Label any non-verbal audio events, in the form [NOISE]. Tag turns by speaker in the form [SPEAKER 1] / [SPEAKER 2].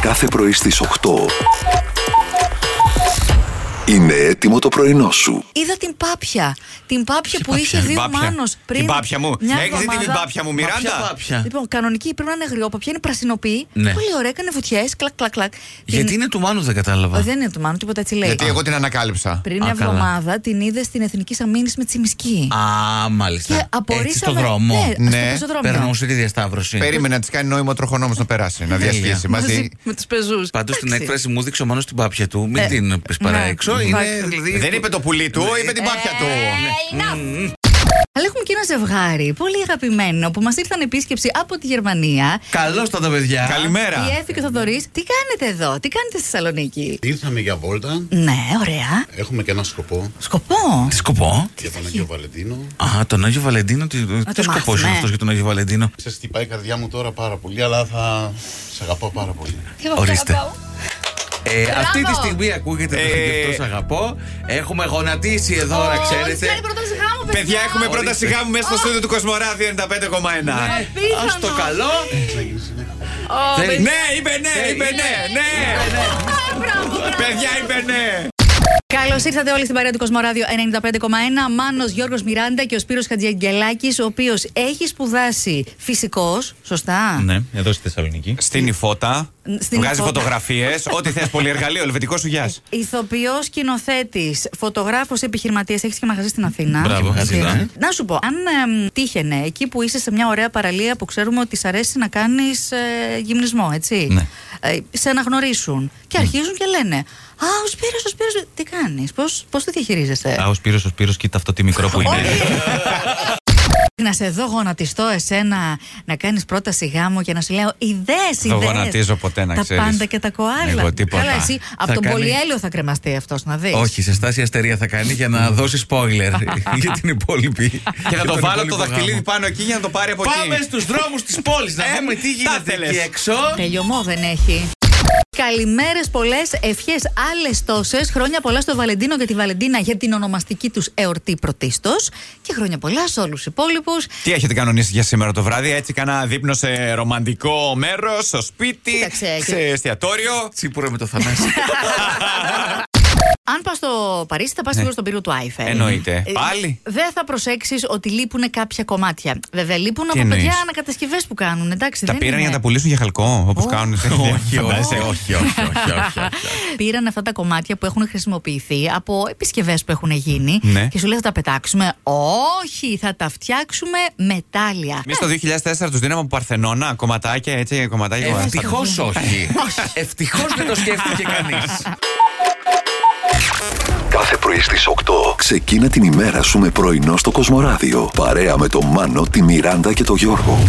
[SPEAKER 1] κάθε πρωί στις 8. Είναι έτοιμο το πρωινό σου.
[SPEAKER 2] Είδα την πάπια. Την πάπια που είχε
[SPEAKER 3] Την
[SPEAKER 2] δει ο
[SPEAKER 3] πάπια.
[SPEAKER 2] Μάνος πριν.
[SPEAKER 3] Την πάπια μου.
[SPEAKER 2] μια
[SPEAKER 3] Έχεις δει την
[SPEAKER 2] εβδομάδα.
[SPEAKER 3] πάπια μου, Μιράντα.
[SPEAKER 4] πάπια.
[SPEAKER 2] Λοιπόν, κανονική πρέπει να είναι αγριόπαπια, είναι πρασινοπή.
[SPEAKER 4] Ναι.
[SPEAKER 2] Πολύ ωραία, έκανε βουτιές, κλακ, κλακ, κλακ.
[SPEAKER 4] Γιατί
[SPEAKER 2] Την-
[SPEAKER 4] είναι του Μάνους δεν κατάλαβα.
[SPEAKER 2] Ο, ε, Δεν είναι του μάνου, τίποτα έτσι λέει.
[SPEAKER 3] Γιατί εγώ την ανακάλυψα.
[SPEAKER 2] Πριν μια
[SPEAKER 4] Α, καλά.
[SPEAKER 2] εβδομάδα την είδε στην Εθνική Αμήνη με Τσιμισκή.
[SPEAKER 4] Α, μάλιστα.
[SPEAKER 2] Και απορρίσαμε.
[SPEAKER 4] Έτσι στον δρόμο.
[SPEAKER 2] Ε, Ναι,
[SPEAKER 3] Ναι,
[SPEAKER 2] ναι. στον πεζοδρόμιο.
[SPEAKER 4] Περνούσε τη διασταύρωση.
[SPEAKER 3] Περίμενε να της κάνει νόημα ο τροχονόμος να περάσει, να
[SPEAKER 4] Τέλεια.
[SPEAKER 3] διασχίσει μαζί.
[SPEAKER 2] Μαζί με τους πεζούς.
[SPEAKER 4] Πάντως την έκφραση μου δείξε ο Μάνος την πάπια του. Μην
[SPEAKER 2] Ε,
[SPEAKER 4] την πεις παρά
[SPEAKER 2] ναι.
[SPEAKER 4] έξω. Είναι,
[SPEAKER 2] Εντάξει.
[SPEAKER 4] δηλαδή,
[SPEAKER 3] Δεν είπε το πουλί του, είπε την πάπια του.
[SPEAKER 2] Αλλά έχουμε και ένα ζευγάρι πολύ αγαπημένο που μας ήρθαν επίσκεψη από τη Γερμανία.
[SPEAKER 4] Καλώς τα τα παιδιά.
[SPEAKER 3] Καλημέρα.
[SPEAKER 2] Η Εφη και ο Θοδωρής, τι κάνετε εδώ, τι κάνετε στη Θεσσαλονίκη.
[SPEAKER 5] Ήρθαμε για βόλτα.
[SPEAKER 2] Ναι, ωραία.
[SPEAKER 5] Έχουμε και ένα σκοπό
[SPEAKER 2] Σκοπό.
[SPEAKER 4] Τι σκοπό.
[SPEAKER 5] για τον Αγίο Βαλεντίνο.
[SPEAKER 4] Α, τον Άγιο Βαλεντίνο. Τι, τι
[SPEAKER 2] το
[SPEAKER 4] σκοπό
[SPEAKER 2] μάθουμε.
[SPEAKER 4] είναι αυτός για τον Άγιο Βαλεντίνο.
[SPEAKER 5] Σε χτυπάει η καρδιά μου τώρα πάρα πολύ, αλλά θα σε αγαπάω πάρα πολύ.
[SPEAKER 4] Ορίστε. Ε, αυτή τη
[SPEAKER 2] Μπράβο.
[SPEAKER 4] στιγμή ακούγεται το
[SPEAKER 3] Ε,
[SPEAKER 4] «Γι' αυτό σ' αγαπώ. Έχουμε γονατίσει εδώ, να ξέρετε.
[SPEAKER 3] Παιδιά, έχουμε πρώτα σιγά μου μέσα στο στούντιο του Κοσμοράδιο 95,1.
[SPEAKER 4] Ας το καλό. Δεν-
[SPEAKER 3] Ναι, είπε ναι, είπε ναι, ναι.
[SPEAKER 2] [LAUGHS]
[SPEAKER 3] Παιδιά, είπε ναι.
[SPEAKER 2] Καλώς ήρθατε όλοι στην παρέα του Κοσμοράδιο 95,1. Μάνος Γιώργος Μιράντα και ο Σπύρος Χατζιαγγελάκη, ο οποίος έχει σπουδάσει φυσικός, σωστά.
[SPEAKER 6] Ναι, εδώ στη Θεσσαλονίκη.
[SPEAKER 3] Στην Ιφώτα.
[SPEAKER 2] Στην
[SPEAKER 3] Βγάζει
[SPEAKER 2] Ιφώτα.
[SPEAKER 3] φωτογραφίες. Ό,τι θες, πολυεργαλείο, ελβετικό σου γεια.
[SPEAKER 2] Ηθοποιός, σκηνοθέτης, φωτογράφος, επιχειρηματίας. Έχεις και μαγαζί στην Αθήνα.
[SPEAKER 4] Μπράβο,
[SPEAKER 2] Έτσι.
[SPEAKER 4] Αθήνα.
[SPEAKER 2] Να σου πω, αν εμ, τύχαινε εκεί που είσαι σε μια ωραία παραλία που ξέρουμε ότι σ' αρέσει να κάνεις γυμνισμό, έτσι.
[SPEAKER 6] Ναι.
[SPEAKER 2] Ε, σε αναγνωρίσουν. Και αρχίζουν και λένε Α, ο Σπύρος, ο Σπύρος, τι κάνεις, πώς το διαχειρίζεσαι.
[SPEAKER 6] Α, ο Σπύρος, ο Σπύρος, κοίτα αυτό τι μικρό που είναι.
[SPEAKER 2] [LAUGHS] Να σε δω γονατιστώ εσένα, να κάνεις πρώτα γάμο και να σου λέω ιδέες, ιδέε.
[SPEAKER 3] Δεν γονατίζω ποτέ, να
[SPEAKER 2] Τα
[SPEAKER 3] ξέρεις.
[SPEAKER 2] πάντα και τα κοάλα.
[SPEAKER 3] Εγώ τίποτα.
[SPEAKER 2] Καλά, εσύ από τον
[SPEAKER 4] κάνει-
[SPEAKER 2] πολυέλιο θα κρεμαστεί αυτός, να δεις.
[SPEAKER 4] Όχι, σε στάση αστερία θα κάνει για να δώσει spoiler για την υπόλοιπη.
[SPEAKER 3] Και θα
[SPEAKER 4] για
[SPEAKER 3] το
[SPEAKER 4] τον
[SPEAKER 3] βάλω το
[SPEAKER 4] υπόλοιπο
[SPEAKER 3] δαχτυλίδι
[SPEAKER 4] γάμο.
[SPEAKER 3] πάνω εκεί για να το πάρει από
[SPEAKER 4] Πάμε
[SPEAKER 3] εκεί.
[SPEAKER 4] στους δρόμους της πόλης να
[SPEAKER 3] Ε,
[SPEAKER 4] δούμε τι
[SPEAKER 3] τα
[SPEAKER 4] γίνεται
[SPEAKER 3] θέλες.
[SPEAKER 4] εκεί έξω.
[SPEAKER 2] Τελειωμό δεν έχει. Καλημέρες πολλές, ευχές άλλες τόσες. Χρόνια πολλά στο Βαλεντίνο και τη Βαλεντίνα για την ονομαστική τους εορτή πρωτίστως. Και χρόνια πολλά σε όλους τους υπόλοιπους.
[SPEAKER 3] Τι έχετε κανονίσει για σήμερα το βράδυ, έτσι κάνα δείπνο σε ρομαντικό μέρος, στο σπίτι,
[SPEAKER 2] Κοίταξε,
[SPEAKER 3] σε
[SPEAKER 2] και-
[SPEAKER 3] εστιατόριο.
[SPEAKER 4] Τσίπουρα με το θανάσι.
[SPEAKER 2] Αν πας στο Παρίσι, θα πας σίγουρα στον πύργο του Άιφελ.
[SPEAKER 3] Ναι. Εννοείται.
[SPEAKER 2] Ε,
[SPEAKER 3] Πάλι?
[SPEAKER 2] Δεν θα προσέξεις ότι λείπουν κάποια κομμάτια. Βέβαια, λείπουν από
[SPEAKER 3] εννοείς?
[SPEAKER 2] παιδιά ανακατασκευές που κάνουν. Εντάξει,
[SPEAKER 3] Τα
[SPEAKER 2] δεν
[SPEAKER 3] πήραν
[SPEAKER 2] είναι.
[SPEAKER 3] για να τα πουλήσουν για χαλκό, όπως κάνουν. σε-
[SPEAKER 4] όχι,
[SPEAKER 3] Φαντάζεσαι,
[SPEAKER 4] όχι, όχι, όχι, όχι, όχι, όχι.
[SPEAKER 2] Πήραν αυτά τα κομμάτια που έχουν χρησιμοποιηθεί από επισκευές που έχουν γίνει
[SPEAKER 3] Ναι.
[SPEAKER 2] και σου λέει θα τα πετάξουμε. Όχι, θα τα φτιάξουμε μετάλλια.
[SPEAKER 3] Εμείς το 2004 τους δίναμε από Παρθενώνα κομματάκια, έτσι,
[SPEAKER 4] Ε,
[SPEAKER 3] κομματάκια. κομματάκια.
[SPEAKER 4] Ευτυχώ όχι. Ευτυχώς δεν το σκέφτηκε κανείς.
[SPEAKER 1] Κάθε πρωί στις 8. Ξεκίνα την ημέρα σου με πρωινό στο Κοσμοράδιο. Παρέα με τον Μάνο, τη Μιράντα και τον Γιώργο.